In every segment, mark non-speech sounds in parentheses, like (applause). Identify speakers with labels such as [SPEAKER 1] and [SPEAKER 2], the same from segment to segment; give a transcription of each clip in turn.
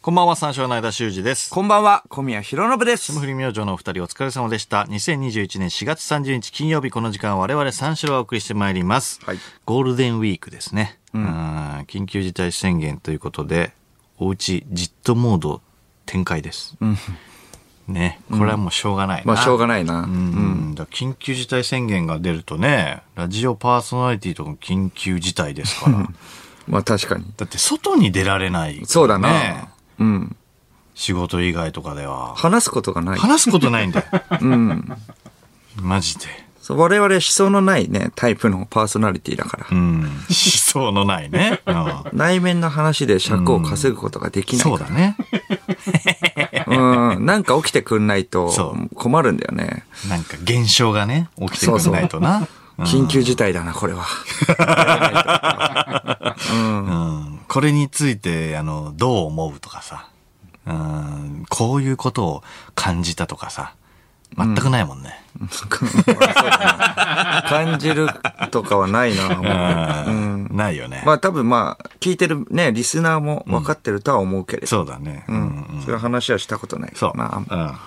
[SPEAKER 1] こんばんは、三章の間修二です。
[SPEAKER 2] こんばんは、小宮浩信です。
[SPEAKER 1] 霜降り明星のお二人お疲れ様でした。2021年4月30日金曜日この時間我々三四郎をお送りしてまいります。
[SPEAKER 2] はい
[SPEAKER 1] ゴールデンウィークですね、うん。緊急事態宣言ということで、おうちじっとモード展開です。ね、これはもうしょうがないな。
[SPEAKER 2] まあ、しょうがないな。
[SPEAKER 1] うん、だから緊急事態宣言が出るとね、ラジオパーソナリティとかも緊急事態です
[SPEAKER 2] (laughs)
[SPEAKER 1] から。
[SPEAKER 2] まあ、確かに。
[SPEAKER 1] だって外に出られない、
[SPEAKER 2] そうだな。
[SPEAKER 1] ね
[SPEAKER 2] うん。
[SPEAKER 1] 仕事以外とかでは。
[SPEAKER 2] 話すことがない。
[SPEAKER 1] 話すことないんだよ。マジで。
[SPEAKER 2] そう我々、思想のないね、タイプのパーソナリティだから。
[SPEAKER 1] うん。思想のないね。うん
[SPEAKER 2] 内面の話で尺を稼ぐことができない
[SPEAKER 1] そう
[SPEAKER 2] か
[SPEAKER 1] だね。
[SPEAKER 2] ら。うん。なんか起きてくんないと
[SPEAKER 1] そう
[SPEAKER 2] 困るんだよね。
[SPEAKER 1] なんか現象がね、起きてくんないとな。
[SPEAKER 2] 緊急事態だな、こ (laughs) れは。
[SPEAKER 1] うんこれについて、あの、どう思うとかさ。うん、こういうことを感じたとかさ。全くないもんね。
[SPEAKER 2] 感じるとかはないな。もう
[SPEAKER 1] うんないよね。
[SPEAKER 2] まあ、多分まあ、聞いてるね、リスナーも分かってるとは思うけれど。
[SPEAKER 1] そうだね。う
[SPEAKER 2] うんん。そういう話はしたことない。
[SPEAKER 1] そう。
[SPEAKER 2] まあ、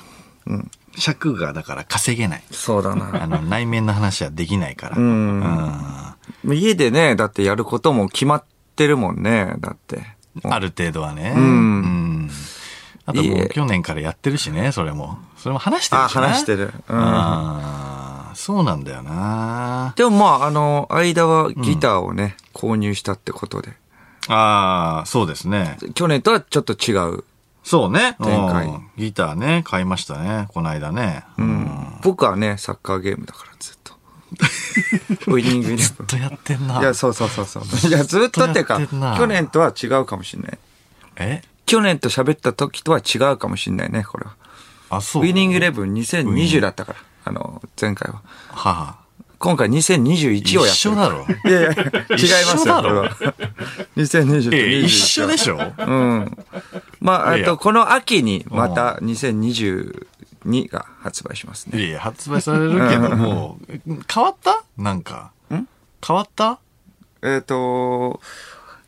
[SPEAKER 1] うん尺がだから稼げない。
[SPEAKER 2] そうだな。
[SPEAKER 1] あの、内面の話はできないから。
[SPEAKER 2] ん
[SPEAKER 1] うん
[SPEAKER 2] 家でね、だってやることも決まってるもんね、だって。
[SPEAKER 1] ある程度はね。
[SPEAKER 2] ん
[SPEAKER 1] うんあとも
[SPEAKER 2] いうえ
[SPEAKER 1] い去年からやってるしね、それも。それも話して
[SPEAKER 2] あ、
[SPEAKER 1] るしな
[SPEAKER 2] 話してる。うん。
[SPEAKER 1] あーそうなんだよな。
[SPEAKER 2] でもまあ、あの、間はギターをね、購入したってことで。
[SPEAKER 1] ああ、そうですね。
[SPEAKER 2] 去年とはちょっと違う。
[SPEAKER 1] そうね。
[SPEAKER 2] 前回
[SPEAKER 1] うんギターね、買いましたね。この間ね。うん。
[SPEAKER 2] 僕はね、サッカーゲームだからずっ
[SPEAKER 1] (laughs)
[SPEAKER 2] と。ウイニングイレブ
[SPEAKER 1] ずっとやってんな
[SPEAKER 2] ン。い。や、そうそうそうそう。いや、ずっとっていうか、
[SPEAKER 1] ずっとやってんな
[SPEAKER 2] 去年とは違うかもしんない。
[SPEAKER 1] え
[SPEAKER 2] 去年と喋った時とは違うかもしんないね、これは。
[SPEAKER 1] あ、そう。
[SPEAKER 2] ウイニングイレブン2020だったから。あの、前回は。
[SPEAKER 1] は
[SPEAKER 2] 今回2021をや
[SPEAKER 1] 一
[SPEAKER 2] ってる。
[SPEAKER 1] 緒だ
[SPEAKER 2] (laughs)
[SPEAKER 1] ろ
[SPEAKER 2] いやいや、違いますよ。
[SPEAKER 1] 一緒だろ
[SPEAKER 2] これは2020
[SPEAKER 1] あ。え、
[SPEAKER 2] と21
[SPEAKER 1] 一緒でしょ
[SPEAKER 2] うん。まあ、
[SPEAKER 1] いやい
[SPEAKER 2] えっ
[SPEAKER 1] や
[SPEAKER 2] と、この秋にまた2022が発売します
[SPEAKER 1] い
[SPEAKER 2] ね。
[SPEAKER 1] やいや、発売されるけど、もう、変わったなんか。変わった
[SPEAKER 2] えっと、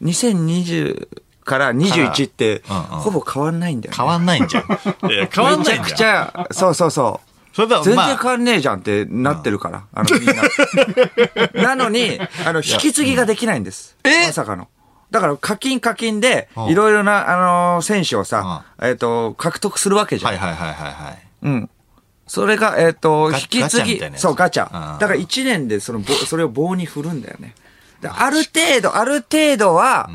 [SPEAKER 2] 2020から21って、
[SPEAKER 1] からうんうん
[SPEAKER 2] ほぼ変わんないんだよね。
[SPEAKER 1] 変わんないん
[SPEAKER 2] (laughs)
[SPEAKER 1] じゃん。いや、変わんな
[SPEAKER 2] めち
[SPEAKER 1] い
[SPEAKER 2] ゃ
[SPEAKER 1] ん
[SPEAKER 2] く
[SPEAKER 1] じ
[SPEAKER 2] ち
[SPEAKER 1] ゃん。
[SPEAKER 2] ゃ、そうそうそう。
[SPEAKER 1] そ
[SPEAKER 2] (laughs)
[SPEAKER 1] れでは
[SPEAKER 2] 全
[SPEAKER 1] まあ
[SPEAKER 2] 然変わんねえじゃんってなってるから、 (laughs) あのみんな。な
[SPEAKER 1] (laughs)
[SPEAKER 2] のに、あの、引き継ぎができないんです。
[SPEAKER 1] え
[SPEAKER 2] まさかの。だから課金課金で
[SPEAKER 1] うん、
[SPEAKER 2] いろいろな、あのー選手をさ、えっ、と、獲得するわけじゃん。
[SPEAKER 1] はいはいはいはいはい。
[SPEAKER 2] うん。それが、えっ、と、
[SPEAKER 1] ガ
[SPEAKER 2] 引き継
[SPEAKER 1] ガチャみ
[SPEAKER 2] ぎ
[SPEAKER 1] たいなや。つ
[SPEAKER 2] そう、ガチャ
[SPEAKER 1] あー。
[SPEAKER 2] だから1年で
[SPEAKER 1] (laughs)
[SPEAKER 2] その棒、それを棒に振るんだよね。だからある程度、ある程度は、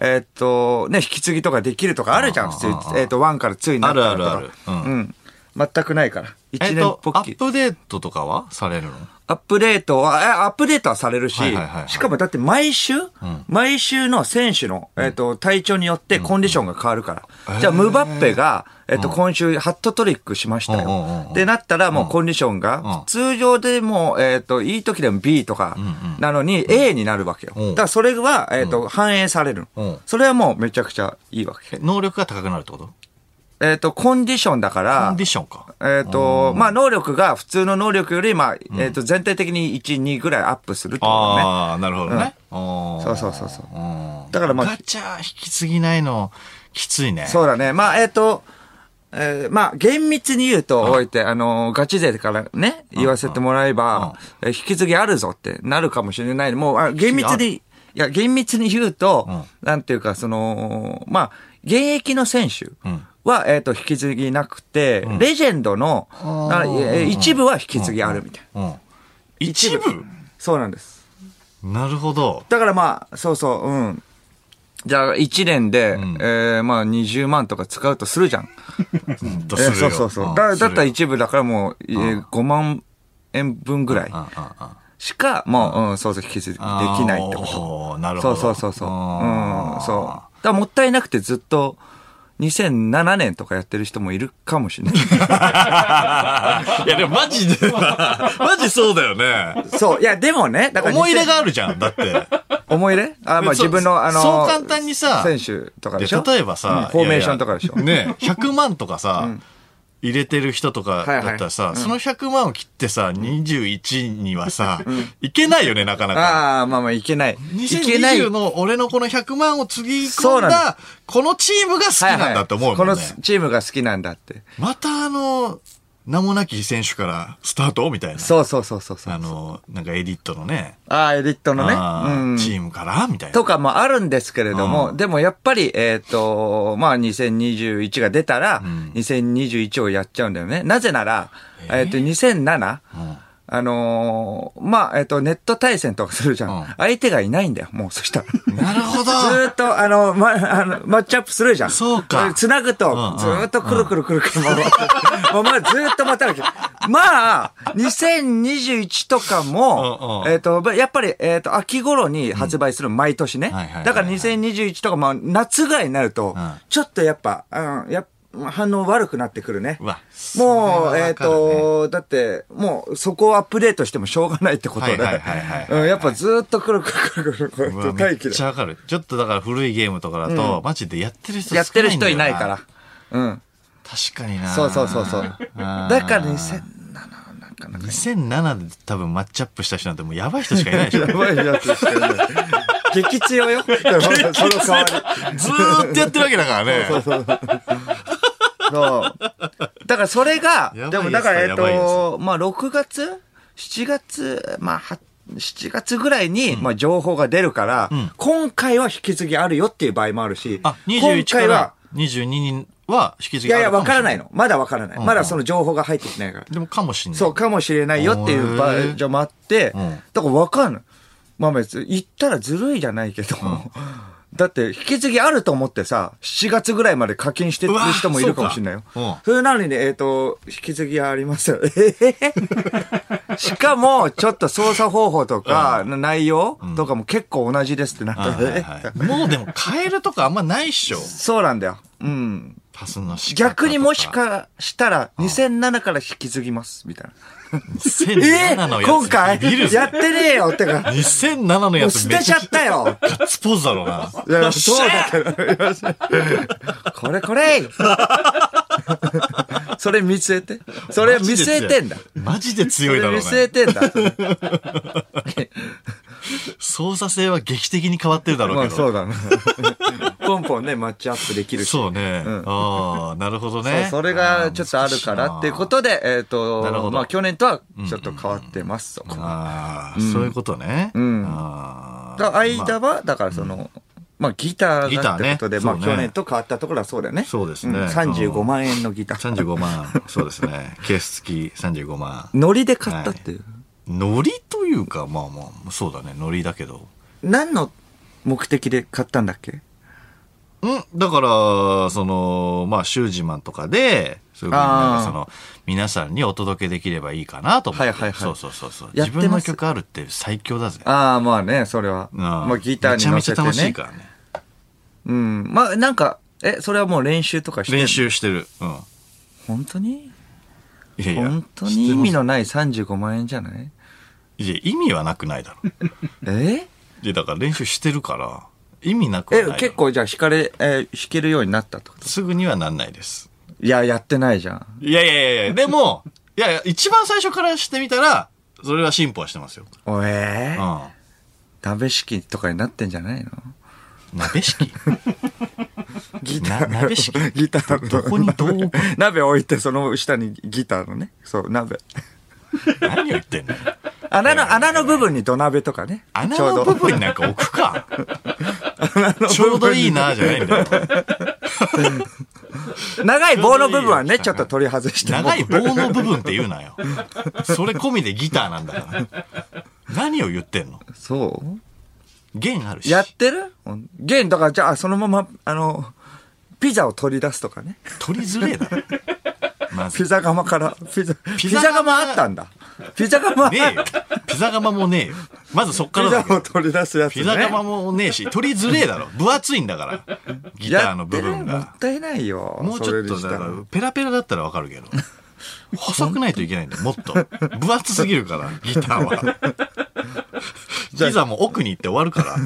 [SPEAKER 2] えっ、と、ね、引き継ぎとかできるとかあるじゃん、
[SPEAKER 1] あー
[SPEAKER 2] 普通
[SPEAKER 1] あ。ー
[SPEAKER 2] えっ、と、1から2になったらとか。
[SPEAKER 1] あるあるあるう
[SPEAKER 2] うんん。全くないから。
[SPEAKER 1] え
[SPEAKER 2] 1
[SPEAKER 1] っ
[SPEAKER 2] 年
[SPEAKER 1] と、
[SPEAKER 2] ぽ
[SPEAKER 1] ア
[SPEAKER 2] っき
[SPEAKER 1] ッ
[SPEAKER 2] り。
[SPEAKER 1] プデートとかはされるの
[SPEAKER 2] アップデートは、えアップデートはされるし、
[SPEAKER 1] はいはいはいはい
[SPEAKER 2] しかもだって毎週、毎週の選手の、えっ、と、体調によってコンディションが変わるから。じゃあ、ムバッペが、えっ、と、今週ハットトリックしました
[SPEAKER 1] うんうんうんうん
[SPEAKER 2] よ。ってなったら、もうコンディションが
[SPEAKER 1] うん、
[SPEAKER 2] 通常でもう、えっ、と、いい時でも B とか
[SPEAKER 1] ん、
[SPEAKER 2] なのに A になるわけよ。
[SPEAKER 1] うん
[SPEAKER 2] だから、それは、えっ、と、反映される
[SPEAKER 1] うん
[SPEAKER 2] の。それはもうめちゃくちゃいいわ
[SPEAKER 1] え
[SPEAKER 2] け。
[SPEAKER 1] 能力が高くなるってこと
[SPEAKER 2] えっ、と、コンディションだか
[SPEAKER 1] コ
[SPEAKER 2] ら
[SPEAKER 1] ンデ、ィションか。
[SPEAKER 2] えっ、と、まあ、能力が普通の能力より、まあ、えっ、と、全体的に1、2ぐらいアップするってことね。
[SPEAKER 1] ああ、なるほどね。そ
[SPEAKER 2] そうそうそうそう
[SPEAKER 1] うん。
[SPEAKER 2] だからまあ
[SPEAKER 1] ガチャ引き継ぎないの、きついね。
[SPEAKER 2] そうだね。まあ、えっ、と、えーまあ、厳密に言うと、おいて、あのー、ガチ勢からね、言わせてもらえば、えー引き継ぎあるぞってなるかもしれない。もう、あ厳密に、いや、厳密に言うと、なんていうか、その、まあ、現役の選手は、えっ、と、引き継ぎなくて、レジェンドの、あえー一部は引き継ぎあるみたいな。
[SPEAKER 1] うん。一部
[SPEAKER 2] そうなんです。
[SPEAKER 1] なるほど。
[SPEAKER 2] だからまあ、そうそう、うん。じゃあ、1年で、えーまあ、20万とか使うとするじゃん。
[SPEAKER 1] うんと
[SPEAKER 2] え
[SPEAKER 1] す
[SPEAKER 2] ー
[SPEAKER 1] る
[SPEAKER 2] そ
[SPEAKER 1] よ
[SPEAKER 2] うそうそ
[SPEAKER 1] ん
[SPEAKER 2] う。だ
[SPEAKER 1] す
[SPEAKER 2] だ
[SPEAKER 1] る
[SPEAKER 2] ったら
[SPEAKER 1] よ
[SPEAKER 2] 一部だからもう、えー5万円分ぐらい
[SPEAKER 1] うんうんうん
[SPEAKER 2] しか、もう、うん、そうそう、引き継ぎできないってこと。
[SPEAKER 1] と。なるほ
[SPEAKER 2] そ
[SPEAKER 1] ど。
[SPEAKER 2] うそうそうそう。うん
[SPEAKER 1] あ、ー
[SPEAKER 2] そう。だからもったいなくてずっと、2007年とかやってる人もいるかも
[SPEAKER 1] (laughs)
[SPEAKER 2] しれない。
[SPEAKER 1] いやでもマジでな、マジそうだよね。
[SPEAKER 2] そう。いや、でもね、だから2000。
[SPEAKER 1] 思い入れがあるじゃん、だって。
[SPEAKER 2] 思い入れあ、まあ
[SPEAKER 1] そう
[SPEAKER 2] 自分の、あの、
[SPEAKER 1] そう簡単にさ
[SPEAKER 2] 選手とかで
[SPEAKER 1] で
[SPEAKER 2] しょ
[SPEAKER 1] 例えば
[SPEAKER 2] うん
[SPEAKER 1] さ、
[SPEAKER 2] フォーメーションとかでしょ
[SPEAKER 1] いやいやね100万とかさ、入れてる人とかだったらさ、
[SPEAKER 2] はいはい
[SPEAKER 1] その100万を切ってさ、21にはさ、いけないよね、なかなか。
[SPEAKER 2] ああ、まあまあ、いけない。いけない。
[SPEAKER 1] 2020の俺のこの100万をつぎ
[SPEAKER 2] そ
[SPEAKER 1] 込
[SPEAKER 2] うんなん
[SPEAKER 1] だ、このチームが好きなんだと思うもんね。
[SPEAKER 2] はいはいこのチームが好きなんだって。
[SPEAKER 1] またあの、名もなき選手からスタートみたいな。
[SPEAKER 2] そうそうそうそうそう。
[SPEAKER 1] あの、なんかエディットのね、
[SPEAKER 2] ああ、エディットのね。
[SPEAKER 1] あ
[SPEAKER 2] う
[SPEAKER 1] ー
[SPEAKER 2] ん。
[SPEAKER 1] チームからみたいな。
[SPEAKER 2] とかもあるんですけれども、
[SPEAKER 1] う
[SPEAKER 2] でもやっぱり、えっ、と、まあ、2021が出たら、
[SPEAKER 1] ん
[SPEAKER 2] 2021をやっちゃうんだよね。なぜなら、えっ、と、2007、
[SPEAKER 1] うん
[SPEAKER 2] あのーまあ、えっ、と、ネット対戦とかするじゃん。
[SPEAKER 1] うん
[SPEAKER 2] 相手がいないんだよ、もう、そした
[SPEAKER 1] (laughs)
[SPEAKER 2] ら。
[SPEAKER 1] なるほど。
[SPEAKER 2] ずーっと、あの、ま、あの、マッチアップするじゃん。
[SPEAKER 1] そうか
[SPEAKER 2] 繋ぐ
[SPEAKER 1] うん
[SPEAKER 2] と
[SPEAKER 1] うん、
[SPEAKER 2] ずーっとくるくるくるくる回って。もうまあ、ずーっと待たなきゃ。まあ、2021とかも、
[SPEAKER 1] うんうん
[SPEAKER 2] えっと、ばやっぱり、えっと、秋頃に発売する、毎年ね
[SPEAKER 1] はいはいはいは。い
[SPEAKER 2] だから2021とか、まあ、夏ぐらいになると
[SPEAKER 1] うん、
[SPEAKER 2] ちょっとやっぱ、うんやっぱ反応悪くなってくるね
[SPEAKER 1] う。わ
[SPEAKER 2] もう、え
[SPEAKER 1] それはわ
[SPEAKER 2] っ、、
[SPEAKER 1] かるね
[SPEAKER 2] と、だって、もう、そこをアップデートしてもしょうがないってことで。
[SPEAKER 1] はいはいはいはいはい
[SPEAKER 2] うんやっぱずーっとくるくるくるくる
[SPEAKER 1] う
[SPEAKER 2] く
[SPEAKER 1] わ
[SPEAKER 2] る、
[SPEAKER 1] めっ
[SPEAKER 2] 待機で
[SPEAKER 1] ち。ゃわかる。ちょっとだから古いゲームとかだと、マジでやってる人
[SPEAKER 2] やってる人
[SPEAKER 1] 少
[SPEAKER 2] いな
[SPEAKER 1] ん
[SPEAKER 2] い
[SPEAKER 1] だ
[SPEAKER 2] か
[SPEAKER 1] よ
[SPEAKER 2] ら。。うん。
[SPEAKER 1] 確かにな。
[SPEAKER 2] そうそうそうそう。だ
[SPEAKER 1] あー
[SPEAKER 2] から2007なんかなんか。
[SPEAKER 1] 2007で多分マッチアップした人なんてもうやばい人しかいないでし
[SPEAKER 2] (laughs)
[SPEAKER 1] ょ。
[SPEAKER 2] やばいやつしてるね。激強よ。その代わり。
[SPEAKER 1] ずーっとやってるわけだからね。
[SPEAKER 2] そう。だからそれが
[SPEAKER 1] やばいや、つ
[SPEAKER 2] で
[SPEAKER 1] だ
[SPEAKER 2] もだからえっ
[SPEAKER 1] やばいや
[SPEAKER 2] と、まあ6月 ?7 月まあは7月ぐらいに、まあ情報が出るから、今回は引き継ぎあるよっていう場合もあるし、
[SPEAKER 1] あ、21か
[SPEAKER 2] 今回は
[SPEAKER 1] ら、22人は引き継
[SPEAKER 2] い
[SPEAKER 1] ぎあ
[SPEAKER 2] や
[SPEAKER 1] る
[SPEAKER 2] いや、
[SPEAKER 1] か
[SPEAKER 2] わ
[SPEAKER 1] もし
[SPEAKER 2] か
[SPEAKER 1] れ
[SPEAKER 2] らないの。まだわからない。まだその情報が入ってきてないから。
[SPEAKER 1] でもかもしんない。
[SPEAKER 2] そうかもしれないよっていう場合じゃもあって、
[SPEAKER 1] うん
[SPEAKER 2] だから分かんない。まあ別に言ったらずるいじゃないけど、 (laughs) だって引き継ぎあると思ってさ、7月ぐらいまで課金してる人もいるかもしれないよ。
[SPEAKER 1] う
[SPEAKER 2] そ
[SPEAKER 1] わそうかうん
[SPEAKER 2] れなのにね、えっ、と、引き継ぎありますよ。 (laughs) えへへしかも、ちょっと操作方法とか、内容とかも結構同じですってなった、
[SPEAKER 1] はいはいはいもうでも変えるとかあんまないっしょ。
[SPEAKER 2] (laughs) そうなんだよ。うん。
[SPEAKER 1] パスの仕方と
[SPEAKER 2] 逆にもし。かしたら、2007から引き継ぎます、みたいな。え
[SPEAKER 1] 2007のやつ。
[SPEAKER 2] 今回
[SPEAKER 1] ビビるぜ
[SPEAKER 2] やってねえよってか。
[SPEAKER 1] 2007の
[SPEAKER 2] も
[SPEAKER 1] や
[SPEAKER 2] う
[SPEAKER 1] つ
[SPEAKER 2] 捨
[SPEAKER 1] め
[SPEAKER 2] て
[SPEAKER 1] っ
[SPEAKER 2] ち
[SPEAKER 1] ち
[SPEAKER 2] ゃ
[SPEAKER 1] ゃ
[SPEAKER 2] ったよ。
[SPEAKER 1] ガッツポーズだろうな。
[SPEAKER 2] いや、そうだけど。よしこれこれそれ見据えて。それ見据えてんだ。
[SPEAKER 1] マジで
[SPEAKER 2] そ
[SPEAKER 1] 強
[SPEAKER 2] れ
[SPEAKER 1] いだろう
[SPEAKER 2] 見据え
[SPEAKER 1] ね。
[SPEAKER 2] てんだ。
[SPEAKER 1] 操作性は劇的に変わってるだ
[SPEAKER 2] ま
[SPEAKER 1] ろう
[SPEAKER 2] あ
[SPEAKER 1] け
[SPEAKER 2] そう
[SPEAKER 1] ど。
[SPEAKER 2] だな。ポンポンね、マッチアップできるし。
[SPEAKER 1] そうね。ああ、なるほど
[SPEAKER 2] そう
[SPEAKER 1] ね。
[SPEAKER 2] それがちょっとあるからっていうことで、え
[SPEAKER 1] な
[SPEAKER 2] っ
[SPEAKER 1] るほ
[SPEAKER 2] と、
[SPEAKER 1] ど
[SPEAKER 2] まあ去年とはちょっと変わってます、そこ
[SPEAKER 1] あ
[SPEAKER 2] は
[SPEAKER 1] あ、そういうことね。
[SPEAKER 2] ん
[SPEAKER 1] あ
[SPEAKER 2] だ
[SPEAKER 1] あ
[SPEAKER 2] 間は、だからその、まあギターがってことで、
[SPEAKER 1] ギターねそう
[SPEAKER 2] まあ
[SPEAKER 1] ね
[SPEAKER 2] 去年と変わったところはそうだよね。
[SPEAKER 1] そうですね
[SPEAKER 2] ん35万円のギター。
[SPEAKER 1] 35万。そうですね。ケース付き35万。
[SPEAKER 2] ノリで買ったっていう。
[SPEAKER 1] ノリというか、まあまあ、そうだね、ノリだけど。
[SPEAKER 2] 何の目的で買ったんだっけ
[SPEAKER 1] うん、だから、その、まあ、シュージマンとかで、そういうふうになん
[SPEAKER 2] あ
[SPEAKER 1] か
[SPEAKER 2] ー
[SPEAKER 1] その、皆さんにお届けできればいいかなと思って。
[SPEAKER 2] はいはいはい
[SPEAKER 1] そうそうそうそう。
[SPEAKER 2] やっ
[SPEAKER 1] 自
[SPEAKER 2] てます
[SPEAKER 1] 分の曲あるって最強だぜ。
[SPEAKER 2] ああ、まあね、それは。
[SPEAKER 1] うん
[SPEAKER 2] まあギターに乗
[SPEAKER 1] めち
[SPEAKER 2] せ
[SPEAKER 1] ゃめ
[SPEAKER 2] て
[SPEAKER 1] ちゃ楽しい
[SPEAKER 2] ね
[SPEAKER 1] か。らね。
[SPEAKER 2] うん。まあなんか、え、それはもう練習とかしてんの
[SPEAKER 1] 練。習してる。うん。
[SPEAKER 2] 本当に
[SPEAKER 1] いやいや。
[SPEAKER 2] 本当に意味
[SPEAKER 1] の。
[SPEAKER 2] のない35万円じゃない
[SPEAKER 1] いや、意味はなくない
[SPEAKER 2] (laughs)
[SPEAKER 1] だろ。
[SPEAKER 2] え
[SPEAKER 1] いや、だから練習してるから、意味なくは
[SPEAKER 2] え
[SPEAKER 1] ないだ、ろ。
[SPEAKER 2] 結。構じゃあ弾かれ、えー弾けるようになったってこと
[SPEAKER 1] すぐにはなんないです。
[SPEAKER 2] いや、やってないじゃん。
[SPEAKER 1] いやいや
[SPEAKER 2] (laughs)
[SPEAKER 1] いやいや、でも、いやいや、一番最初からしてみたら、それは進歩はしてますよ。
[SPEAKER 2] おえ
[SPEAKER 1] う
[SPEAKER 2] ー、
[SPEAKER 1] ん。
[SPEAKER 2] 鍋敷とかになってんじゃないの
[SPEAKER 1] 鍋
[SPEAKER 2] (laughs)
[SPEAKER 1] 敷
[SPEAKER 2] ギ
[SPEAKER 1] ターな鍋敷
[SPEAKER 2] ギターの。
[SPEAKER 1] どこにどう置く
[SPEAKER 2] 鍋置いて、その下にギターのね。そう、鍋。
[SPEAKER 1] 何を言ってんの
[SPEAKER 2] 穴の、穴の部分に土鍋とかね。
[SPEAKER 1] 穴
[SPEAKER 2] ちょう
[SPEAKER 1] の
[SPEAKER 2] ど
[SPEAKER 1] 部分になんか置く
[SPEAKER 2] (laughs)
[SPEAKER 1] か。ちょうどいいな、じゃないんだよ。
[SPEAKER 2] 長い棒の部分はね、
[SPEAKER 1] ち
[SPEAKER 2] ち
[SPEAKER 1] ょ
[SPEAKER 2] ょ
[SPEAKER 1] う
[SPEAKER 2] っ
[SPEAKER 1] どいいよ
[SPEAKER 2] と取り外しても。
[SPEAKER 1] 長い棒の部分って言うなよ。それ込みでギターなんだから。何を言ってんの
[SPEAKER 2] そう
[SPEAKER 1] 弦あるし。
[SPEAKER 2] やってる弦、だからじゃあそのまま、あの、ピザを取り出すとかね。
[SPEAKER 1] 取りづれえだろ。まず。
[SPEAKER 2] ピ
[SPEAKER 1] ね
[SPEAKER 2] ザ窯から、ピザ、
[SPEAKER 1] ピ
[SPEAKER 2] ピ
[SPEAKER 1] ザ窯
[SPEAKER 2] ザ窯あったんだ。ピザ窯あっ
[SPEAKER 1] えよ。ピザ窯もねえよ。まずそっから
[SPEAKER 2] ピ
[SPEAKER 1] だけ
[SPEAKER 2] ザ
[SPEAKER 1] ど
[SPEAKER 2] を取り出すやつね。
[SPEAKER 1] ピザ窯もねえし、取りづれえだろ。分厚いんだから。ギターの部分
[SPEAKER 2] やってるも
[SPEAKER 1] が
[SPEAKER 2] っ。たいないよ。
[SPEAKER 1] もうちょっと
[SPEAKER 2] そ
[SPEAKER 1] だか
[SPEAKER 2] れにした
[SPEAKER 1] ららペラペラだったらわかるけ
[SPEAKER 2] (laughs)
[SPEAKER 1] ど細くないといけないんだよもっと分厚すぎるからギターはピザも奥に行って終わるか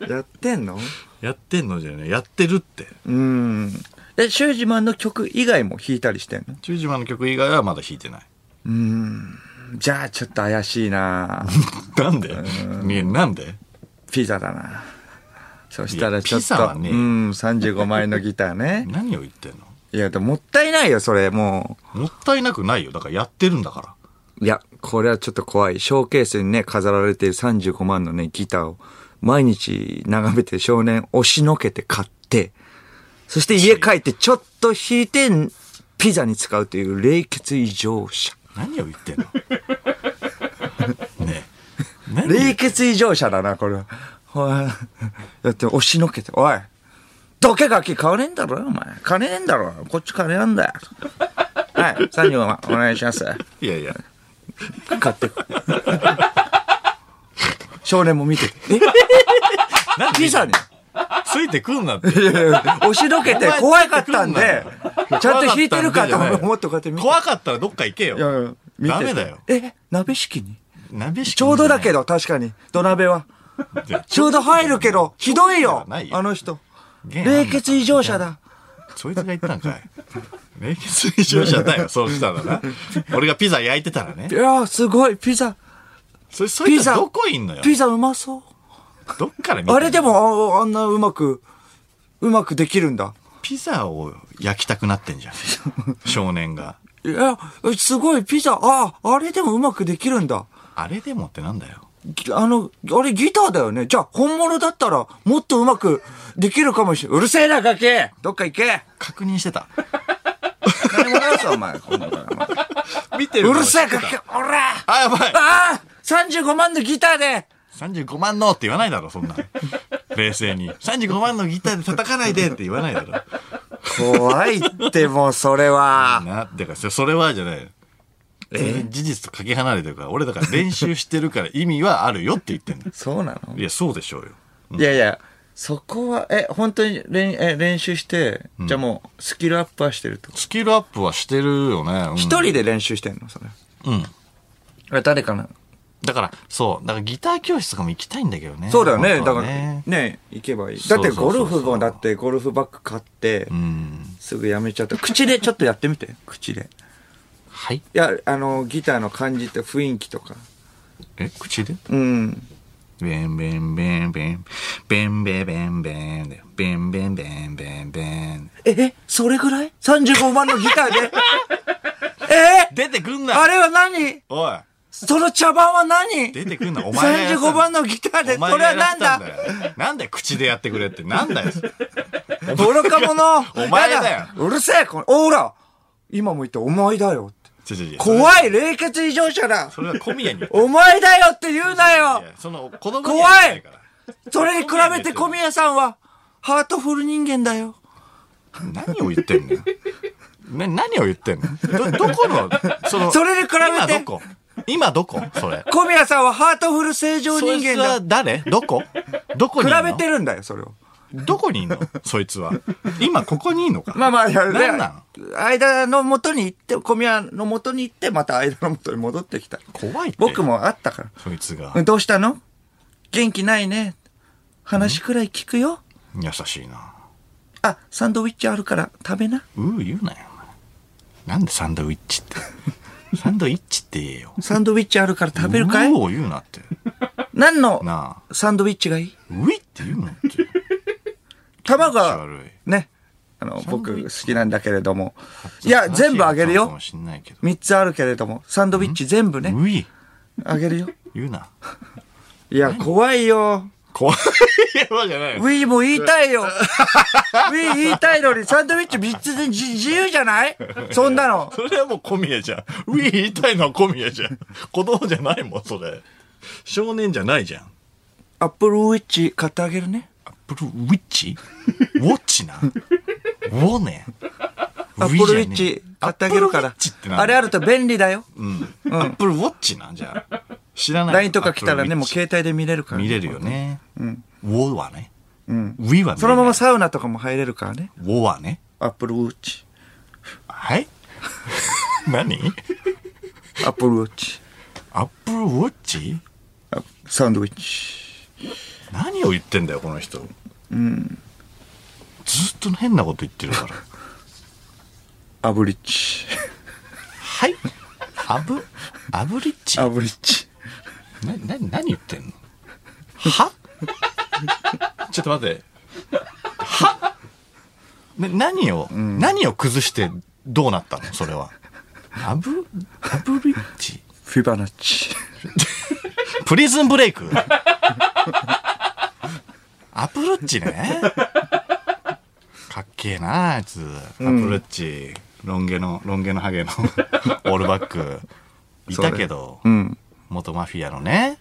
[SPEAKER 1] ら
[SPEAKER 2] やってんの
[SPEAKER 1] やってんのじゃねやってるって
[SPEAKER 2] うん。え、シュージマンの曲以外も弾いたりしてんの
[SPEAKER 1] 中島の曲以外はまだ弾いてない。
[SPEAKER 2] じゃあちょっと怪し
[SPEAKER 1] (laughs)
[SPEAKER 2] いな
[SPEAKER 1] なんでねなんで
[SPEAKER 2] ピザだな。そしたらちょ
[SPEAKER 1] いや
[SPEAKER 2] っ
[SPEAKER 1] ピザ
[SPEAKER 2] と、
[SPEAKER 1] はね
[SPEAKER 2] うん、35万円のギタ
[SPEAKER 1] (laughs)
[SPEAKER 2] ーね。
[SPEAKER 1] 何を言ってんの
[SPEAKER 2] いや、でももったいないよ、それ、も
[SPEAKER 1] もったいなくないよ。だからやってるんだから。
[SPEAKER 2] う。いや、これはちょっと怖い。ショーケースにね、飾られている35万のね、ギターを、毎日眺めて少年押しのけて買って、そして家帰ってちょっと弾いて、ピザに使うという冷血異常者。
[SPEAKER 1] 何を言ってんのねえ。何
[SPEAKER 2] 冷血異常者だな、これは。おい、だって押しのけて、おい、どけガキ買わねえんだろ、お前。金ねえんだろ、こっち金なんだよ。はい、35万、お願いします。
[SPEAKER 1] いやいや。
[SPEAKER 2] 買って。少年も見てて。えピザに。
[SPEAKER 1] ついてくんなって。
[SPEAKER 2] 押しのけて怖かったんで、ちゃんと弾いてるかと思ってこうやって見て。
[SPEAKER 1] 怖かったらどっか行けよ。
[SPEAKER 2] いやいや見て
[SPEAKER 1] ダメだよ。
[SPEAKER 2] え、鍋敷に
[SPEAKER 1] 鍋し
[SPEAKER 2] ちょうどだけ
[SPEAKER 1] ど。
[SPEAKER 2] ど、確かに。土鍋は。
[SPEAKER 1] じゃあ
[SPEAKER 2] ちょうど入るけど、ひどいよ
[SPEAKER 1] ないよ
[SPEAKER 2] あの人。
[SPEAKER 1] ゲンあんだ
[SPEAKER 2] 冷血異常者だ。
[SPEAKER 1] そいつが言ったんかい。冷血異常者だよ、そうしたらな。俺がピザ焼いてたらね
[SPEAKER 2] い。やー、すごい、ピザ、
[SPEAKER 1] それ、そい
[SPEAKER 2] ピ
[SPEAKER 1] つ
[SPEAKER 2] ザ、
[SPEAKER 1] はどこいんのよ。
[SPEAKER 2] ピザうまそう。
[SPEAKER 1] どっから見てんの
[SPEAKER 2] あれで。も、ああんなうまく、うまくできるんだ。
[SPEAKER 1] ピザを焼きたくなってんじゃん。少年が。
[SPEAKER 2] いや、すごい、ピザ、ああ、あれでもうまくできるんだ。
[SPEAKER 1] あれでもってなんだよ。
[SPEAKER 2] ぎあの、あれギターだよね。じゃあ、本物だったら、もっとうまくできるかもしれん。うるせえな、ガキどっか行け
[SPEAKER 1] 確認してた。
[SPEAKER 2] 何もないぞ、お前。こんなの
[SPEAKER 1] 見て
[SPEAKER 2] う
[SPEAKER 1] る
[SPEAKER 2] るせえ、ガ
[SPEAKER 1] か
[SPEAKER 2] キおらあ
[SPEAKER 1] あ、やばい
[SPEAKER 2] あ !35 万のギターで
[SPEAKER 1] !35 万のって言わないだろ、そんな。冷静に。35万のギターで叩かないでって言わないだろ。
[SPEAKER 2] 怖いって、もう、それは。。
[SPEAKER 1] な、だからそ、それはじゃない。事実とかけ離れてるから、俺だから練習してるから意味はあるよって言ってんだ
[SPEAKER 2] そうなの
[SPEAKER 1] いや、そうでしょうよ。
[SPEAKER 2] いやいや、そこは、え、本当に練え練習して、じゃあもうスキルアップはしてるってこと
[SPEAKER 1] スキルアップはしてるよね。うん
[SPEAKER 2] 一、人で練習してんのそれ。
[SPEAKER 1] うん。
[SPEAKER 2] え誰かな
[SPEAKER 1] だから、そう。だからギター教室とかも行きたいんだけどね。
[SPEAKER 2] そうだよね。
[SPEAKER 1] 本
[SPEAKER 2] だ
[SPEAKER 1] 当
[SPEAKER 2] から、
[SPEAKER 1] は
[SPEAKER 2] ね。行けばいい。だ
[SPEAKER 1] そうそ
[SPEAKER 2] って
[SPEAKER 1] うそう
[SPEAKER 2] ゴ
[SPEAKER 1] そう
[SPEAKER 2] ルフもだってゴルフバッグ買って、
[SPEAKER 1] うん。
[SPEAKER 2] すぐやめちゃった。口でちょっとやってみて。 (laughs) 口で。
[SPEAKER 1] はい。
[SPEAKER 2] いや、あの、ギターの感じって雰囲気とか。
[SPEAKER 1] え、口で
[SPEAKER 2] うん。
[SPEAKER 1] ベンベンベンベン、ベンベンベンベンだよ。ベンベンベンベンベン。
[SPEAKER 2] え、えそれぐらい ?35 万のギター (laughs) で。え
[SPEAKER 1] 出てくん
[SPEAKER 2] あ
[SPEAKER 1] な
[SPEAKER 2] れは何
[SPEAKER 1] おい
[SPEAKER 2] その茶番は何
[SPEAKER 1] 出てくんなお前がやったんだ
[SPEAKER 2] 35番のギターで、
[SPEAKER 1] お
[SPEAKER 2] こ
[SPEAKER 1] 前
[SPEAKER 2] れ
[SPEAKER 1] が
[SPEAKER 2] は
[SPEAKER 1] や
[SPEAKER 2] 何
[SPEAKER 1] った
[SPEAKER 2] だ
[SPEAKER 1] んだよなんで口でやってくれって。なんだよ。
[SPEAKER 2] 愚か者
[SPEAKER 1] お前だよ
[SPEAKER 2] やうるせえこの、おら今も言った、お前だよって。
[SPEAKER 1] ちょちょちょ
[SPEAKER 2] 怖い冷血異常者だ
[SPEAKER 1] それは小宮に言って。
[SPEAKER 2] お前だよって言うないよ
[SPEAKER 1] やその、子供には
[SPEAKER 2] 怖
[SPEAKER 1] 言ってないから
[SPEAKER 2] それに比べて小宮さんは、ハートフル人間だよ。
[SPEAKER 1] 何を言ってんのよ。な、何を言ってんのど、どこの、その、
[SPEAKER 2] それに比べ
[SPEAKER 1] 今
[SPEAKER 2] て
[SPEAKER 1] どこ今どこそれ。
[SPEAKER 2] 小宮さんはハートフル正常
[SPEAKER 1] そ
[SPEAKER 2] 人
[SPEAKER 1] いつ
[SPEAKER 2] 間
[SPEAKER 1] は
[SPEAKER 2] だ。
[SPEAKER 1] 誰どこどこにいんの
[SPEAKER 2] 比べてるんだよ、それを。
[SPEAKER 1] どこにいんのそいつは。今ここにいんのか
[SPEAKER 2] まあまあ、いや
[SPEAKER 1] なんなん
[SPEAKER 2] 間の元に行って、小宮の元に行って、また間の元に戻ってきた。
[SPEAKER 1] 怖いって。
[SPEAKER 2] 僕。もあったから。
[SPEAKER 1] そいつが
[SPEAKER 2] う。んどうしたの元気ないね。話くらい聞くよ。
[SPEAKER 1] 優しいな。
[SPEAKER 2] あ、サンドイッチあるから食べな。
[SPEAKER 1] うう言うなよ。お前なんでサンドウィッチって。サンドイッチって言えよ。
[SPEAKER 2] サンドイッチあるから食べるかいう
[SPEAKER 1] を言うなって。
[SPEAKER 2] 何の
[SPEAKER 1] なあ。
[SPEAKER 2] サンドイッチがいいう
[SPEAKER 1] いって言うなって。
[SPEAKER 2] 卵
[SPEAKER 1] 気持ち
[SPEAKER 2] が
[SPEAKER 1] 悪い、
[SPEAKER 2] ね。あ
[SPEAKER 1] ン
[SPEAKER 2] の、
[SPEAKER 1] ドイ
[SPEAKER 2] 僕
[SPEAKER 1] ッチ
[SPEAKER 2] 好きなんだけれども。いや、全部あげる
[SPEAKER 1] か
[SPEAKER 2] よ
[SPEAKER 1] も。しんないけど。
[SPEAKER 2] 三つあるけれども。サンドイッチ全部ね。
[SPEAKER 1] うい
[SPEAKER 2] あげるよ。
[SPEAKER 1] 言うな。
[SPEAKER 2] いや、怖いよ。
[SPEAKER 1] 怖い山じゃないよ。
[SPEAKER 2] ウィーも言いた
[SPEAKER 1] (laughs)
[SPEAKER 2] いよ。ウィー言いたいのに、サンドイッチ3つでじ自由じゃないそんな
[SPEAKER 1] (laughs)
[SPEAKER 2] の。
[SPEAKER 1] それはもう小宮じゃん。ウィー言いたいのは小宮じゃん。子供じゃないもん、それ。少年じゃないじゃん。
[SPEAKER 2] アップルウィッチ買ってあげるね。
[SPEAKER 1] アップルウィッチウォッチな。ウォね。
[SPEAKER 2] アップルウィッチ買ってあげるから。あれあると便利だよ。
[SPEAKER 1] うん。アップルウォッチなんじゃあ。知らない。
[SPEAKER 2] LINE とか来たらね、もう
[SPEAKER 1] Apple Watch
[SPEAKER 2] 携帯で見れるから。
[SPEAKER 1] 見れるよ。ね。うん。ウォはね。
[SPEAKER 2] うん。
[SPEAKER 1] ウィは見れない
[SPEAKER 2] そのままサウナとかも入れるからね。
[SPEAKER 1] ウォはね。
[SPEAKER 2] アップルウォッチ。
[SPEAKER 1] はい何
[SPEAKER 2] アップルウォッチ。
[SPEAKER 1] アップルウォッチ
[SPEAKER 2] あサンドイッチ。
[SPEAKER 1] 何を言ってんだよ、この人。うん。ずっと変なこと言ってるから。
[SPEAKER 2] アブリッチ。
[SPEAKER 1] はいアブアブリッチ
[SPEAKER 2] アブリッチ。
[SPEAKER 1] な、な、何言ってんのはちょっと待って。はな、何を、何を崩してどうなったのそれは。アブ、アブリッチ
[SPEAKER 2] フィバナッチ。
[SPEAKER 1] プリズンブレイク (laughs) アプルッチね。かっけえな、あいつ。アプルッチ。ロン毛の、ロン毛のハゲの (laughs) オールバック。いたけど、
[SPEAKER 2] うん。
[SPEAKER 1] 元マフィアのね、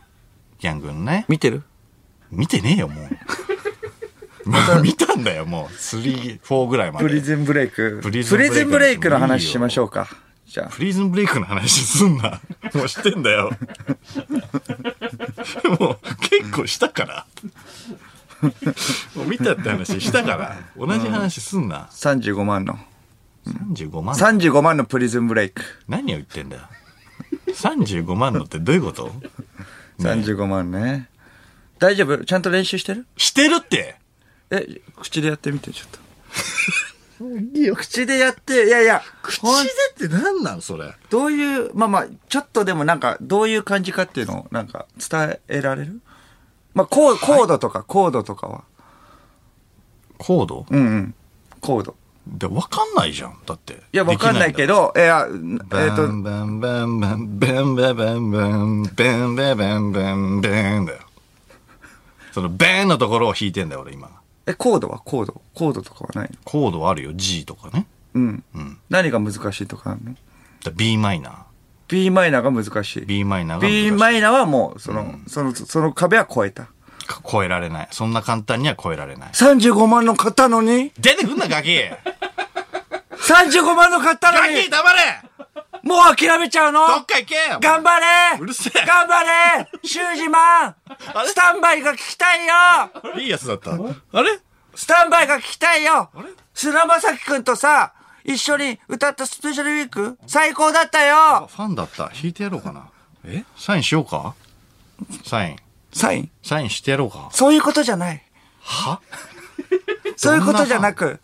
[SPEAKER 1] ギャングのね。
[SPEAKER 2] 見てる
[SPEAKER 1] 見てねえよ、もう。ま (laughs) あ見たんだよ、もう。3、4ぐらいまで。
[SPEAKER 2] プ
[SPEAKER 1] プ
[SPEAKER 2] リ
[SPEAKER 1] リズン
[SPEAKER 2] ズンブレイク。
[SPEAKER 1] プ
[SPEAKER 2] プ
[SPEAKER 1] リ
[SPEAKER 2] リ
[SPEAKER 1] ズンブレイク
[SPEAKER 2] ズンブレイクの話しましょうか。じゃあ。
[SPEAKER 1] ブレイクの話すんな。もうしてんだよ。もう結構したから。もう見たって話したから。同じ話すんな。
[SPEAKER 2] 35万の。
[SPEAKER 1] 35万。
[SPEAKER 2] 35万のプリズンブレイク。
[SPEAKER 1] 何を言ってんだよ。35万のってどういうこと
[SPEAKER 2] 35万ね。大丈夫ちゃんと練習してる
[SPEAKER 1] してるって
[SPEAKER 2] え、口でやってみて、ちょっと。いいよ、口でやって、いやいや、ほん
[SPEAKER 1] って何なんそれ。
[SPEAKER 2] どういう、まあまあ、ちょっとでもなんか、どういう感じかっていうのを、なんか、伝えられるまあ、コーコードとか、コードとかは。
[SPEAKER 1] コード
[SPEAKER 2] うんうん。コード。
[SPEAKER 1] で、わかんないじゃん。だって。
[SPEAKER 2] いや、わかんない
[SPEAKER 1] ど
[SPEAKER 2] けど、いや、えっ、
[SPEAKER 1] えっと、バ
[SPEAKER 2] と、
[SPEAKER 1] ンバンバンバンバンバンバンバンバンバンバンバンバンだよ。そのバンのところを弾いてんだよ、俺今。
[SPEAKER 2] え、コードはコード。コードとかはないの
[SPEAKER 1] コードはあるよ、G とかね。
[SPEAKER 2] うん。
[SPEAKER 1] うん。
[SPEAKER 2] 何が難しいとかあるの
[SPEAKER 1] だ B マイナ
[SPEAKER 2] ?B マイナーが難し
[SPEAKER 1] ー。
[SPEAKER 2] い。
[SPEAKER 1] B マイナーが
[SPEAKER 2] B
[SPEAKER 1] 難
[SPEAKER 2] マイナーはもう、その、その、その壁は超えた。
[SPEAKER 1] しいか超えられない。そんな簡単には超えられない。
[SPEAKER 2] 35万の買ったのに
[SPEAKER 1] 出てくんな、ガキ
[SPEAKER 2] 35万の買ったの
[SPEAKER 1] ガ
[SPEAKER 2] に
[SPEAKER 1] キ黙れ
[SPEAKER 2] もう諦めちゃうの
[SPEAKER 1] どっか行けよ
[SPEAKER 2] 頑張れ
[SPEAKER 1] うるせえ
[SPEAKER 2] 頑張れシュージマン
[SPEAKER 1] れ
[SPEAKER 2] スタンバイが聞きたいよ
[SPEAKER 1] いいやつだった。あれ
[SPEAKER 2] スタンバイが聞きたいよ
[SPEAKER 1] れ
[SPEAKER 2] 菅田将暉くんとさ、一緒に歌ったスペシャルウィーク最高だった
[SPEAKER 1] あ
[SPEAKER 2] よ
[SPEAKER 1] ファンだった。弾いてやろうかな。えサインしようかサイン。
[SPEAKER 2] サイン
[SPEAKER 1] サインしてやろうか。
[SPEAKER 2] そういうことじゃない。
[SPEAKER 1] は
[SPEAKER 2] そういうことじゃなく、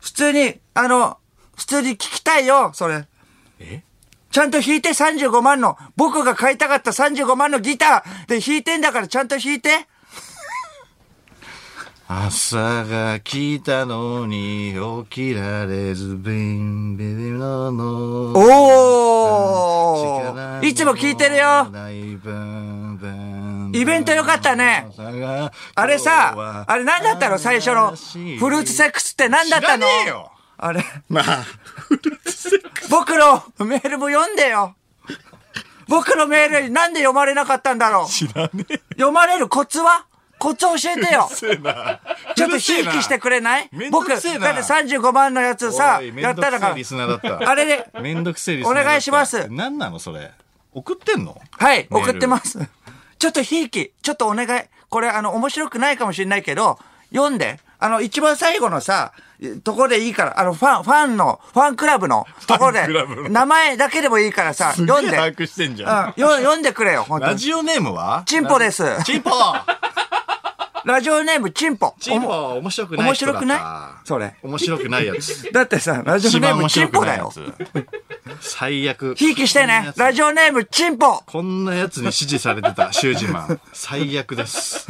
[SPEAKER 2] 普通に、あの、普通に聞きたいよ、それ。
[SPEAKER 1] え
[SPEAKER 2] ちゃんと弾いて35万の、僕が買いたかった35万のギターで弾いてんだからちゃんと弾いて。
[SPEAKER 1] 朝が来たのに起きられずビンビンのの
[SPEAKER 2] おーいつも聞いてるよイ
[SPEAKER 1] イ
[SPEAKER 2] ベントよかったねあれさ、あれ何だったの最初の。フルーツセックスって何だったの
[SPEAKER 1] 知らねえよ
[SPEAKER 2] あれ、
[SPEAKER 1] まあ
[SPEAKER 2] 僕のメールも読んでよ。僕のメールなんで読まれなかったんだろう。
[SPEAKER 1] 知らねえ
[SPEAKER 2] 読まれるコツはコツ教えて
[SPEAKER 1] (laughs)
[SPEAKER 2] よ。
[SPEAKER 1] せえな
[SPEAKER 2] ちょっとひいきしてくれない
[SPEAKER 1] めんど
[SPEAKER 2] 僕、だ
[SPEAKER 1] く
[SPEAKER 2] っ
[SPEAKER 1] せ
[SPEAKER 2] て
[SPEAKER 1] えな
[SPEAKER 2] 35万のやつさ、
[SPEAKER 1] おい
[SPEAKER 2] やったら
[SPEAKER 1] めんどくせえ
[SPEAKER 2] か
[SPEAKER 1] リスナーだった
[SPEAKER 2] ら。あれで、
[SPEAKER 1] めんどくせえリスナーだった
[SPEAKER 2] お願いします
[SPEAKER 1] 何なのそれ送ってんの
[SPEAKER 2] はい、
[SPEAKER 1] メール
[SPEAKER 2] 送ってます。 (laughs) ちょっとひいき、ちょっとお願い。これ、あの、面白くないかもしれないけど、読んで。あの、一番最後のさ、とこでいいから、あの、ファン、ファンの、ファンクラブのところ
[SPEAKER 1] ファン
[SPEAKER 2] で
[SPEAKER 1] クラブの、
[SPEAKER 2] 名前だけでもいいからさ、
[SPEAKER 1] すげえ
[SPEAKER 2] 読んで。
[SPEAKER 1] 把握してんじ
[SPEAKER 2] うん、
[SPEAKER 1] ゃん
[SPEAKER 2] よ読んでくれよ、本当
[SPEAKER 1] ラ
[SPEAKER 2] に。
[SPEAKER 1] ジオネームは
[SPEAKER 2] チンポです
[SPEAKER 1] チンポ
[SPEAKER 2] ラジオネーム、チンポ。
[SPEAKER 1] チンポ
[SPEAKER 2] おも
[SPEAKER 1] は面白くない
[SPEAKER 2] 面
[SPEAKER 1] 人だ
[SPEAKER 2] 白
[SPEAKER 1] った
[SPEAKER 2] くないそれ。
[SPEAKER 1] 面白くないや
[SPEAKER 2] (laughs)
[SPEAKER 1] つ。
[SPEAKER 2] だってさ、ラジ
[SPEAKER 1] 一
[SPEAKER 2] オネー
[SPEAKER 1] 番面
[SPEAKER 2] ム、チ
[SPEAKER 1] 白
[SPEAKER 2] ン
[SPEAKER 1] く
[SPEAKER 2] ポ
[SPEAKER 1] な
[SPEAKER 2] だ
[SPEAKER 1] いや
[SPEAKER 2] よ。
[SPEAKER 1] つ。最悪。
[SPEAKER 2] ひいきしてね。ラジオネーム、チンポ。
[SPEAKER 1] こんなやつに支持されてた、シュージマン。最悪です。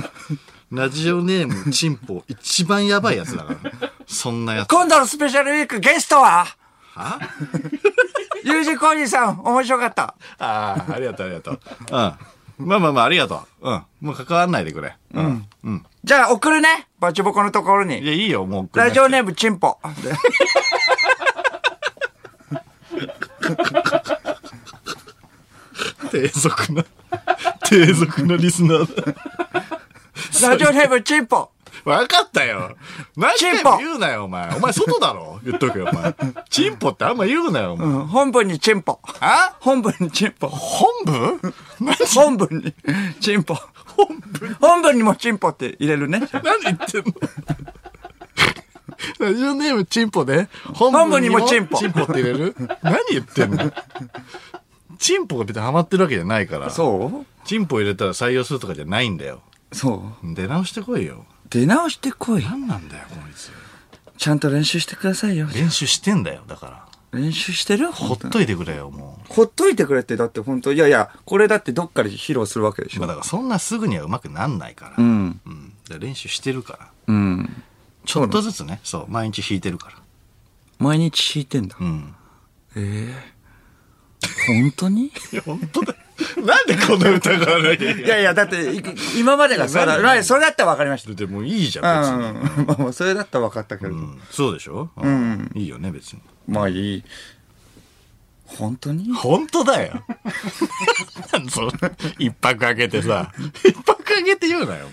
[SPEAKER 1] ラジオネーム、チンポ、一番やばいやつだから。そんなやつ。
[SPEAKER 2] 今度のスペシャルウィークゲストは
[SPEAKER 1] は
[SPEAKER 2] ユージコージーさん、面白かった。
[SPEAKER 1] ああ、ありがとう、ありがとう。うん。まあまあまあ、ありがとう。うん。もう関わんないでくれ。うん。うん。
[SPEAKER 2] じゃあ送るね。バチボコのところ
[SPEAKER 1] い
[SPEAKER 2] に。
[SPEAKER 1] や、いいよ、もう。
[SPEAKER 2] ラジオネームチンポ。
[SPEAKER 1] (laughs) 低俗な、低俗なリスナーだ。
[SPEAKER 2] ラジオネームチンポ。
[SPEAKER 1] わかった (laughs) よ。何回も言うなよ、お前。お前、外だ (laughs) ろ。言っとくよ、お前。チンポってあんま言うなよ、お前。
[SPEAKER 2] うん本文にチンポ。
[SPEAKER 1] あ
[SPEAKER 2] 本文にチンポ。
[SPEAKER 1] 本 (laughs) 部何
[SPEAKER 2] 本文にチンポ。
[SPEAKER 1] 本部
[SPEAKER 2] 本文にもチンポって入れるね。
[SPEAKER 1] 何言ってん (laughs) のラジオネームチンポで本
[SPEAKER 2] 部にもチンポ
[SPEAKER 1] チンポって入れる (laughs) 何言ってんのチンポが別にハマってるわけじゃないから。
[SPEAKER 2] そ
[SPEAKER 1] チンポ入れたら採用するとかじゃないんだよ。
[SPEAKER 2] うそう。
[SPEAKER 1] 出直してこいよ。
[SPEAKER 2] 出直してこい。
[SPEAKER 1] 何なんだよ、こいつ。
[SPEAKER 2] ちゃんと練習してくださいよ。
[SPEAKER 1] 練習してんだよ、だから。
[SPEAKER 2] 練習してる
[SPEAKER 1] ほっといてくれよ、もう。
[SPEAKER 2] ほっといてくれって、だって本当いやいや、これだってどっかで披露するわけでし
[SPEAKER 1] まあ
[SPEAKER 2] ょ。
[SPEAKER 1] だからそんなすぐにはうまくなんないから。
[SPEAKER 2] うん。
[SPEAKER 1] うんで練習してるから。
[SPEAKER 2] うん。
[SPEAKER 1] ちょっとずつね、そう、毎日弾いてるから。
[SPEAKER 2] 毎日弾いてんだ。
[SPEAKER 1] うん。
[SPEAKER 2] ええ本当に
[SPEAKER 1] 本当だ。なんでこんな歌がある
[SPEAKER 2] いやいや、だって、い今までがそうだ。
[SPEAKER 1] 何
[SPEAKER 2] はいそれだったら分かりまし
[SPEAKER 1] でもういいじ
[SPEAKER 2] た。
[SPEAKER 1] ゃん、別に。
[SPEAKER 2] うん。まあまあ、それだったら分かったけど。
[SPEAKER 1] うん、そうでしょ、うん、いいよね、別に。
[SPEAKER 2] まあいい。本当に
[SPEAKER 1] 本当だよ。 (laughs) そう一泊かけてさ、一泊かけて言うなよ、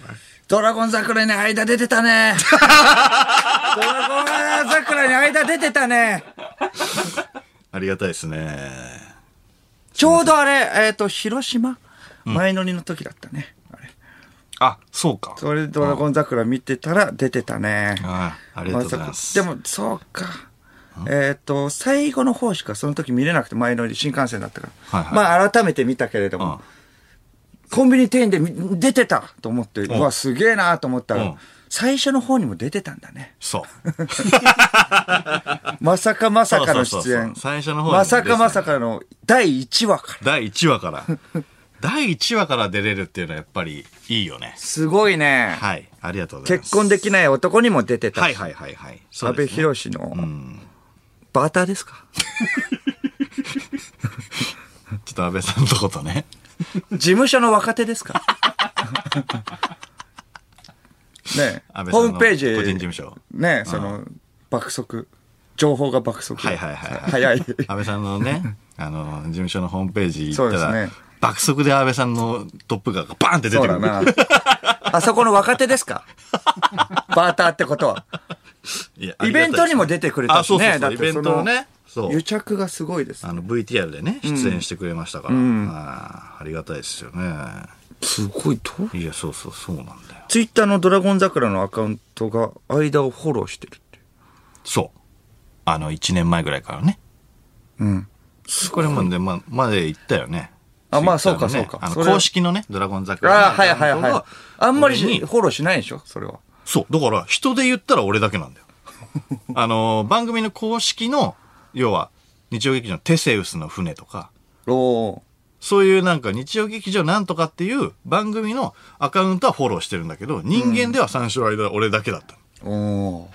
[SPEAKER 2] ドラゴン桜に間出てた (laughs) ね。ドラゴン桜に間出てたね。
[SPEAKER 1] ありがたいですね。
[SPEAKER 2] ちょうどあれ、えっ、と、広島前乗りの時だったね。あれ
[SPEAKER 1] あ、そうか。
[SPEAKER 2] それでドラゴン桜見てたら出てたね。
[SPEAKER 1] ああありがとうございます。
[SPEAKER 2] さかでも、そうか。えっ、と、最後の方しかその時見れなくて、前乗り、新幹線だったから。
[SPEAKER 1] はいはい
[SPEAKER 2] まあ、改めて見たけれども、コンビニ店員でみ出てたと思って、うんわ、すげえなと思ったら、
[SPEAKER 1] うん
[SPEAKER 2] 最初の方にも出てたんだね。
[SPEAKER 1] そう。
[SPEAKER 2] まさかまさかの出
[SPEAKER 1] そうそうそう
[SPEAKER 2] 演。
[SPEAKER 1] そう最初の方にも
[SPEAKER 2] まさかまさかの第1話から。
[SPEAKER 1] 第1話から。第1話から出れるっていうのはやっぱりいいよね。
[SPEAKER 2] すごいね。
[SPEAKER 1] はい。ありがとうございます。
[SPEAKER 2] 結婚できない男にも出てたし。
[SPEAKER 1] はいはいはいはい。そう
[SPEAKER 2] 安
[SPEAKER 1] で
[SPEAKER 2] 倍
[SPEAKER 1] すね
[SPEAKER 2] 博士の、バーターですか
[SPEAKER 1] ちょっと安倍さんのことね。
[SPEAKER 2] 事務所の若手ですか (laughs)
[SPEAKER 1] 安
[SPEAKER 2] ねえ
[SPEAKER 1] 倍さん
[SPEAKER 2] ホ
[SPEAKER 1] の
[SPEAKER 2] ームページ。
[SPEAKER 1] 個人事務所
[SPEAKER 2] ねえその、爆速。情報が爆速。
[SPEAKER 1] はいはいはいはい
[SPEAKER 2] 早い。
[SPEAKER 1] 安倍さんの
[SPEAKER 2] (laughs)
[SPEAKER 1] ね、あの、事務所のホームページ行った
[SPEAKER 2] そう
[SPEAKER 1] ら、
[SPEAKER 2] ですね
[SPEAKER 1] 爆速で安倍さんのトップガーがバーンって出
[SPEAKER 2] そ
[SPEAKER 1] て
[SPEAKER 2] う
[SPEAKER 1] く
[SPEAKER 2] だ
[SPEAKER 1] る。
[SPEAKER 2] な。 (laughs) あそこの若手です (laughs) かバーターってことは。
[SPEAKER 1] いや
[SPEAKER 2] イベントにも出てくれたしね
[SPEAKER 1] ありがたいですあそうそうそうイベントの
[SPEAKER 2] だってその
[SPEAKER 1] ね。そう
[SPEAKER 2] 癒。着がすごいです。
[SPEAKER 1] あの VTR でね、出演してくれましたから。あーありがたいですよね。
[SPEAKER 2] すごいと
[SPEAKER 1] いや、そうそう、そうなんだよ。
[SPEAKER 2] ツイッターのドラゴン桜のアカウントが間をフォローしてるって。
[SPEAKER 1] そう。あの、1年前ぐらいからね。
[SPEAKER 2] うん。
[SPEAKER 1] これもね、ま、まで行ったよね。
[SPEAKER 2] あまあ
[SPEAKER 1] Twitter のね
[SPEAKER 2] そうかそうか
[SPEAKER 1] あの
[SPEAKER 2] それは
[SPEAKER 1] 公式のね、ドラゴン桜の
[SPEAKER 2] ああ、はいはい
[SPEAKER 1] アカウン
[SPEAKER 2] はい
[SPEAKER 1] トが。
[SPEAKER 2] あんまりし
[SPEAKER 1] 俺に
[SPEAKER 2] フォローしないでしょそれは。
[SPEAKER 1] そう。だから、人で言ったら俺だけなんだ
[SPEAKER 2] (laughs)
[SPEAKER 1] よ。あの、番組の公式の、要は、日曜劇場のテセウスの船とか、
[SPEAKER 2] おお
[SPEAKER 1] そういうなんか日曜劇場なんとかっていう番組のアカウントはフォローしてるんだけど、人間では三週間俺だけだったの。
[SPEAKER 2] ー。おー。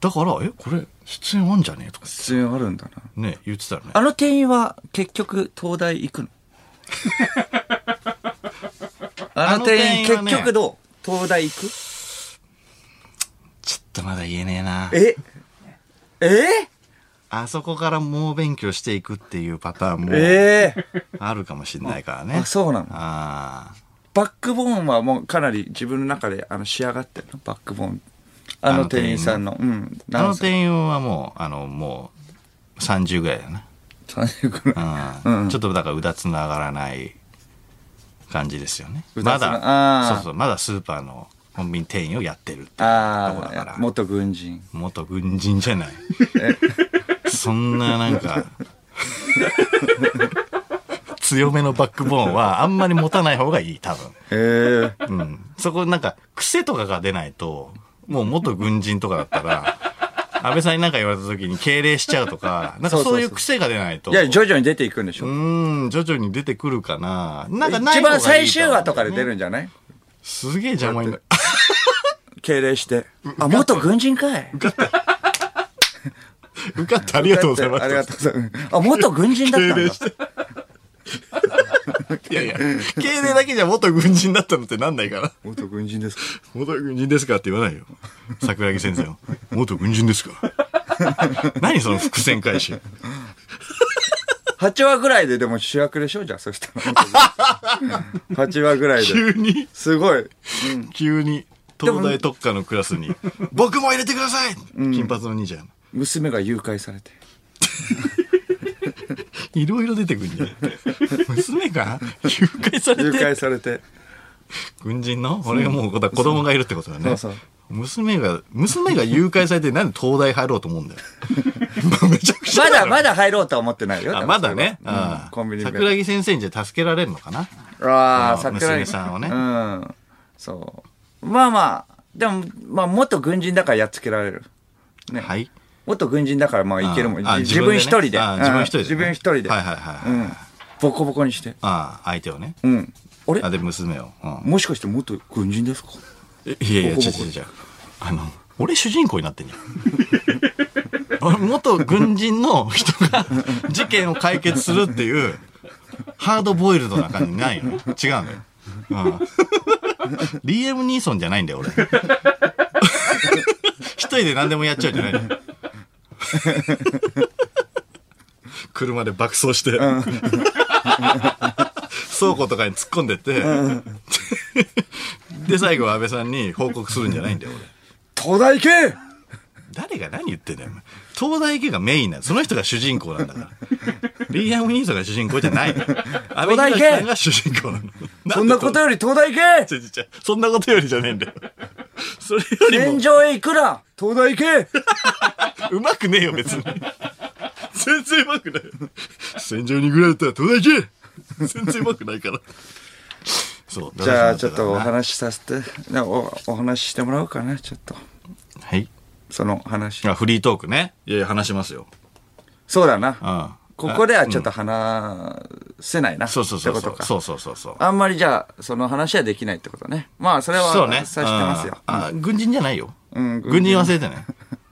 [SPEAKER 1] だから、え、これ、出演あんじゃねえとか、
[SPEAKER 2] 必要あるんだな。
[SPEAKER 1] ね、言ってたよね。
[SPEAKER 2] あの店員は結局東大行くのあの店員
[SPEAKER 1] (laughs) あの店員は
[SPEAKER 2] 結
[SPEAKER 1] ね
[SPEAKER 2] 局どう東大行く
[SPEAKER 1] ちょっとまだ言えねえな。
[SPEAKER 2] ええ
[SPEAKER 1] あそこから猛勉強していくっていうパターンも、
[SPEAKER 2] ええ
[SPEAKER 1] あるかもしれないからね。
[SPEAKER 2] あ、そうなの
[SPEAKER 1] あ
[SPEAKER 2] バックボーンはもうかなり自分の中であの仕上がってるのバックボーン。あの店員さんの。うん。
[SPEAKER 1] あ。あの
[SPEAKER 2] 員。
[SPEAKER 1] 店員はもう、あの、もう、30ぐらいだな。
[SPEAKER 2] 30
[SPEAKER 1] うん。ちょっとだから、うだつながらない感じですよね。
[SPEAKER 2] う
[SPEAKER 1] ま
[SPEAKER 2] だつな
[SPEAKER 1] だ、
[SPEAKER 2] あー
[SPEAKER 1] そうそう、まだスーパーのコンビニ店員をやってるっていうとこだか
[SPEAKER 2] ああ
[SPEAKER 1] ら、。
[SPEAKER 2] 元軍人。
[SPEAKER 1] 元軍人じゃない。そんななん
[SPEAKER 2] (laughs)
[SPEAKER 1] か、強めのバックボーンはあんまり持たない方がいい、多分。
[SPEAKER 2] ええ
[SPEAKER 1] うん。そこなんか、癖とかが出ないと、もう元軍人とかだった
[SPEAKER 2] (laughs)
[SPEAKER 1] ら、安倍さんに何か言われた時に敬礼しちゃうとか、なんかそういう癖が出ないと。
[SPEAKER 2] いや、徐々に出ていくんでしょ
[SPEAKER 1] う。ーん、徐々に出てくるかな。なんかない
[SPEAKER 2] 一
[SPEAKER 1] 方がいい
[SPEAKER 2] 番最終話とかで
[SPEAKER 1] る。
[SPEAKER 2] 出るんじゃない
[SPEAKER 1] すげえ邪魔になる。
[SPEAKER 2] 敬礼して。あ、元軍人かい。
[SPEAKER 1] (laughs) 受かってありがとうございます。
[SPEAKER 2] ありがとうございます。あ、元軍人だったんだ。 (laughs)
[SPEAKER 1] いやいや、敬礼だけじゃ元軍人だったのってなんないから。
[SPEAKER 2] 元軍人ですか。
[SPEAKER 1] 元軍人ですかって言わないよ。桜木先生も。元軍人です
[SPEAKER 2] (laughs)
[SPEAKER 1] か何その伏線回収。
[SPEAKER 2] 8話ぐらいででも主役でしょじゃあ、そしたら。8話ぐらいで。
[SPEAKER 1] 急に、
[SPEAKER 2] すごい。
[SPEAKER 1] 急に、東大特化のクラスに、僕も入れてください、金髪の兄ちゃん。
[SPEAKER 2] 娘が誘拐されて。
[SPEAKER 1] いろいろ出てくるんじゃない (laughs) 娘が誘拐さ
[SPEAKER 2] 誘
[SPEAKER 1] れて、
[SPEAKER 2] 拐され
[SPEAKER 1] (laughs)
[SPEAKER 2] て。
[SPEAKER 1] 軍人の俺がもう子供がいるってことだね。
[SPEAKER 2] そうそう
[SPEAKER 1] 娘が、娘が誘拐されてなんで東大入ろうと思うんだよ。
[SPEAKER 2] (laughs)
[SPEAKER 1] めちゃくちゃ
[SPEAKER 2] ま
[SPEAKER 1] ろ
[SPEAKER 2] だまだ入ろうとは思ってないよ。
[SPEAKER 1] あまだね。
[SPEAKER 2] うん
[SPEAKER 1] ああ
[SPEAKER 2] コンビニ弁
[SPEAKER 1] 桜木先生にじゃ助けられるのかな
[SPEAKER 2] ああ、
[SPEAKER 1] あの
[SPEAKER 2] 桜
[SPEAKER 1] 娘さんをね
[SPEAKER 2] うん。そう。まあまあ、でも、まあ、元軍人だからやっつけられる。ね
[SPEAKER 1] はい。
[SPEAKER 2] 元軍人だからまあいけるもん。
[SPEAKER 1] ああ
[SPEAKER 2] 自分一人で。
[SPEAKER 1] あ自分一人で
[SPEAKER 2] うん
[SPEAKER 1] ね
[SPEAKER 2] 自分一人で。
[SPEAKER 1] はいはいはいはい
[SPEAKER 2] うん。ボコボコにして。
[SPEAKER 1] ああ、相手をね。
[SPEAKER 2] うん。あれ
[SPEAKER 1] あ、で、娘を。うん
[SPEAKER 2] もしかして元軍人ですか
[SPEAKER 1] えいやいや、違う
[SPEAKER 2] ボコボコ
[SPEAKER 1] 違う違う。あの、俺主人公になってんじゃん。 (laughs) 俺元軍人の人が (laughs) 事件を解決するっていう、ハードボイルドな感じないよね。違うのよ。うん。リーエム・ニーソンじゃないんだよ、俺。 (laughs) 一人で何でもやっちゃうんじゃないの (laughs) よ車で爆走して、倉庫とかに突っ込んでって、 (laughs) で、最後は安倍さんに報告するんじゃないんだよ、俺。
[SPEAKER 2] 東大行け
[SPEAKER 1] 誰が何言ってんだよ、お前東大家がメインなの。その人が主人公なんだ
[SPEAKER 2] (laughs)
[SPEAKER 1] から。リーアン・ウィニーソンが主人公じゃないの。安倍
[SPEAKER 2] 大
[SPEAKER 1] 晋
[SPEAKER 2] 家
[SPEAKER 1] 三さんが主人公なの。
[SPEAKER 2] そんなことより東大行け
[SPEAKER 1] 違う違う違うそんなことよりじゃねえんだよ。それより
[SPEAKER 2] 戦
[SPEAKER 1] も、
[SPEAKER 2] 場へ行くな東
[SPEAKER 1] (laughs)
[SPEAKER 2] 大行け
[SPEAKER 1] うまくねえよ、別に。全然うまくない。戦場にぐらいだったら東大家全然うまくないから。そう。
[SPEAKER 2] じゃあちょっとお
[SPEAKER 1] は
[SPEAKER 2] 話しさせて、なおお話ししてもらおうかな、ちょっと。
[SPEAKER 1] い。
[SPEAKER 2] その話。
[SPEAKER 1] あフリートークね。いやいや、話しますよ。
[SPEAKER 2] そうだ
[SPEAKER 1] う
[SPEAKER 2] な。
[SPEAKER 1] ん。
[SPEAKER 2] ここではちょっ
[SPEAKER 1] と。
[SPEAKER 2] と話せないな。
[SPEAKER 1] そうそうそう
[SPEAKER 2] って
[SPEAKER 1] そ
[SPEAKER 2] こ
[SPEAKER 1] う
[SPEAKER 2] と。か。
[SPEAKER 1] そうそうそうそう。
[SPEAKER 2] あんまりじゃあ、その話はできないってことね。まあ、それは、
[SPEAKER 1] そうね。
[SPEAKER 2] 察してますよ。
[SPEAKER 1] ああ、軍人じゃないよ。
[SPEAKER 2] ん
[SPEAKER 1] 軍人忘れて
[SPEAKER 2] (laughs)
[SPEAKER 1] ね。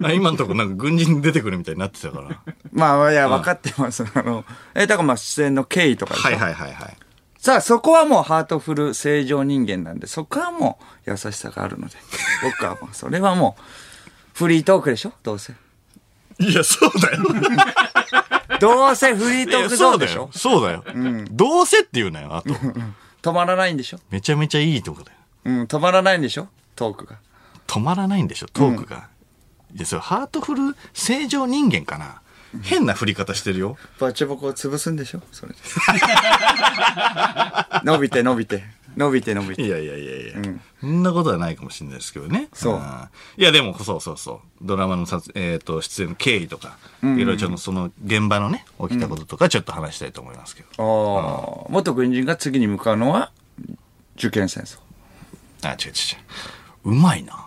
[SPEAKER 1] あ今のとこなんか軍人出てくるみたいになってたから。
[SPEAKER 2] まあ、いや、分かってます。あの、え、だからまあ、出演の経緯とかでしょ
[SPEAKER 1] はいはいはいはい。
[SPEAKER 2] さあ、そこはもうハートフル正常人間なんで、そこはもう優しさがある
[SPEAKER 1] (laughs)
[SPEAKER 2] ので、僕はもう、それはもう、フリートークでしょどうせ。
[SPEAKER 1] いや、そうだ
[SPEAKER 2] (laughs)
[SPEAKER 1] よ。
[SPEAKER 2] どうせフリー
[SPEAKER 1] い
[SPEAKER 2] トー
[SPEAKER 1] やそ
[SPEAKER 2] クゾー
[SPEAKER 1] う
[SPEAKER 2] ンで
[SPEAKER 1] だ
[SPEAKER 2] しょ
[SPEAKER 1] よ。そうだよ。どうせって言うなよ、あと。
[SPEAKER 2] 止まらないんでしょ
[SPEAKER 1] めちゃめちゃいいとこだよ。
[SPEAKER 2] うん、止まらないんでしょトークが。
[SPEAKER 1] 止まらないんでしょ、トークが。いや、それハートフル正常人間かな。変な振り方してるよ。
[SPEAKER 2] バチボコを潰すんでしょそれで。 (laughs) 伸びて伸びて、伸びて伸びて。
[SPEAKER 1] いやいやいやいや、そんなことはないかもしれないですけどね。
[SPEAKER 2] そうん
[SPEAKER 1] いや、でも、そうそうそう。ドラマの撮、えっ、と、出演の経緯とか、いろいろちょっとその現場のね、起きたこととか、ちょっと話したいと思いますけど。
[SPEAKER 2] ああ、元軍人が次に向かうのは、受験戦争。
[SPEAKER 1] あ、違う違う違う。うまいな。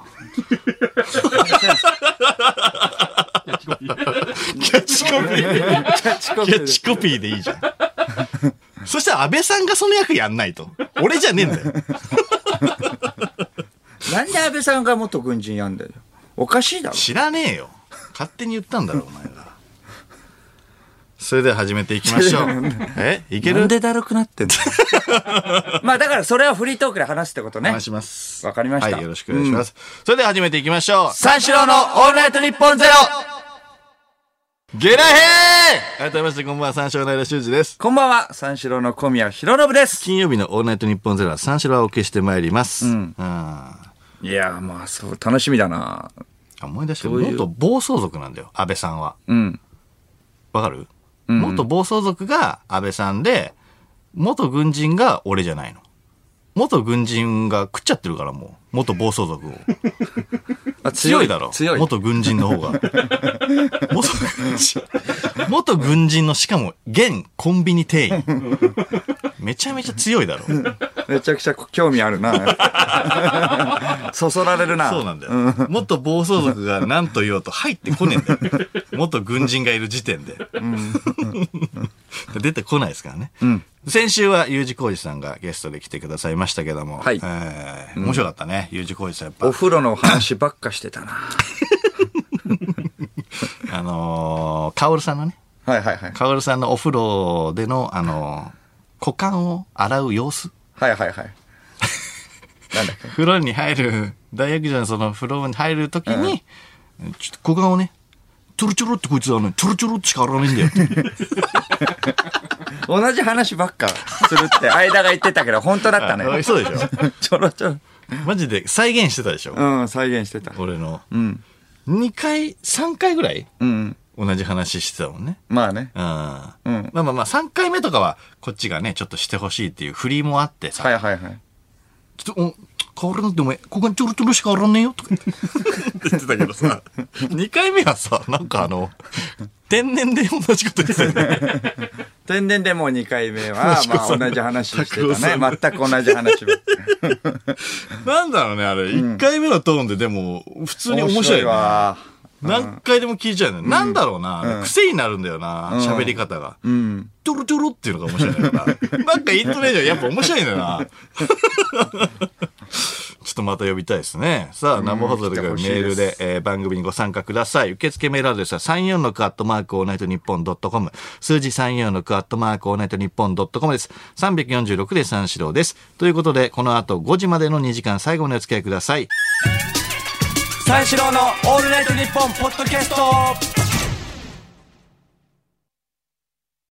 [SPEAKER 1] キャッチコピー。キャッチコピーでいいじゃん。そしたら安倍さんがその役やんないと。俺じゃねえんだよ。
[SPEAKER 2] なんで安倍さんが元軍人やんだよ。おかしいだろ。
[SPEAKER 1] 知らねえよ勝手に言ったんだろお前がそれでは始めていきまし
[SPEAKER 2] (laughs)
[SPEAKER 1] ょうえいけ
[SPEAKER 2] な
[SPEAKER 1] る
[SPEAKER 2] んでだるくなってんの (laughs) まあだからそれはフリートークで話すってことね。
[SPEAKER 1] 話します
[SPEAKER 2] わかりました
[SPEAKER 1] はいよろしくお願いします、それでは始めていきましょ
[SPEAKER 2] 三四郎のオールナイトニッポンゼロ
[SPEAKER 1] うゲラヘー改めましてこんばんは三四郎の間修二です
[SPEAKER 2] こんばんは、三四郎の小宮浩信です。
[SPEAKER 1] 金曜日のオールナイトニッポンゼロは三四郎をお受けしてまいります、うん、あ
[SPEAKER 2] いやーまあそう、楽しみだな
[SPEAKER 1] 思い出して
[SPEAKER 2] どういう
[SPEAKER 1] 元暴走族なんだよ安倍さんは
[SPEAKER 2] うん。
[SPEAKER 1] わかる、元暴走族が安倍さんで元軍人が俺じゃないの元軍人が食っちゃってるからもう元暴走族を
[SPEAKER 2] あ
[SPEAKER 1] 強いだろ
[SPEAKER 2] 強い。
[SPEAKER 1] 元軍人の方が元 (laughs) 軍人元軍人のしかも現コンビニ店員めちゃめちゃ強いだろ
[SPEAKER 2] めちゃくちゃ興味ある
[SPEAKER 1] (laughs)
[SPEAKER 2] なそそられるな
[SPEAKER 1] そうなんだよ、元暴走族が何と言おうと入ってこねえんだよ元軍人がいる時点で、出てこないですからね、先週は U 字工事さんがゲストで来てくださいましたけども、
[SPEAKER 2] はい
[SPEAKER 1] えー面白かったね U 字工事さんやっぱ
[SPEAKER 2] お風呂の話ばっかしてたな
[SPEAKER 1] あのー、カオルさんのね
[SPEAKER 2] はいはいはい。
[SPEAKER 1] カオルさんのお風呂での、あの、股間を洗う様子。
[SPEAKER 2] はいは
[SPEAKER 1] (laughs)
[SPEAKER 2] いはい。なんだっけ
[SPEAKER 1] 風呂に入る、大浴場のその風呂に入るときに、ちょっと股間をね、ちょろちょろってこいつはね、ちょろちょろってしか洗わないんだよって。
[SPEAKER 2] 同じ話ばっかする
[SPEAKER 1] (laughs)
[SPEAKER 2] って、間が言ってたけど、本当だったね。
[SPEAKER 1] あそうでしょ
[SPEAKER 2] ちょろちょろ。
[SPEAKER 1] マジで再現してたでしょ、
[SPEAKER 2] うん、再現してた。
[SPEAKER 1] 俺の。2回、3回ぐらい
[SPEAKER 2] うん。
[SPEAKER 1] 同じ話してたもんね。
[SPEAKER 2] まあね。
[SPEAKER 1] うん。まあまあまあ、3回目とかは、こっちがね、ちょっとしてほしいっていう振りもあってさ、
[SPEAKER 2] はいはいはい。
[SPEAKER 1] ちょっと、お変わらなくてお前、ここにちょろちょろしか変わらねえよとか言って言ってたけどさ、2回 (laughs) 目はさ、なんかあの、天然で同じこと言ってたよ (laughs) ね。
[SPEAKER 2] 天然でもう2回
[SPEAKER 1] (laughs)
[SPEAKER 2] 目は、まあ同じ話して
[SPEAKER 1] 拓郎さ
[SPEAKER 2] たね。全く同じ話ばっか。
[SPEAKER 1] (laughs) なんだろうね、あれ。1回目のトーンででも、普通に面白い,、ね、
[SPEAKER 2] わ。
[SPEAKER 1] 何回でも聞いちゃうのよ。なんだろうな、癖になるんだよな、喋り方が。
[SPEAKER 2] うん。
[SPEAKER 1] トゥルトゥルっていうのが面白いの
[SPEAKER 2] (laughs)
[SPEAKER 1] かな。なんかイントネーションやっぱ面白いのよな。ちょっとまた呼びたいですね。さあ、生放送でメール
[SPEAKER 2] 来てほしいで、
[SPEAKER 1] ですえー番組にご参加ください。受付メールアドレスは34のクアットマークオールナイトニッポンドットコム。数字34のクアットマークオールナイトニッポンドットコムです。346で三四郎です。ということで、この後5時までの2時間最後までお付き合いください。
[SPEAKER 2] 三四郎のオールナイトニッポンポッドキャスト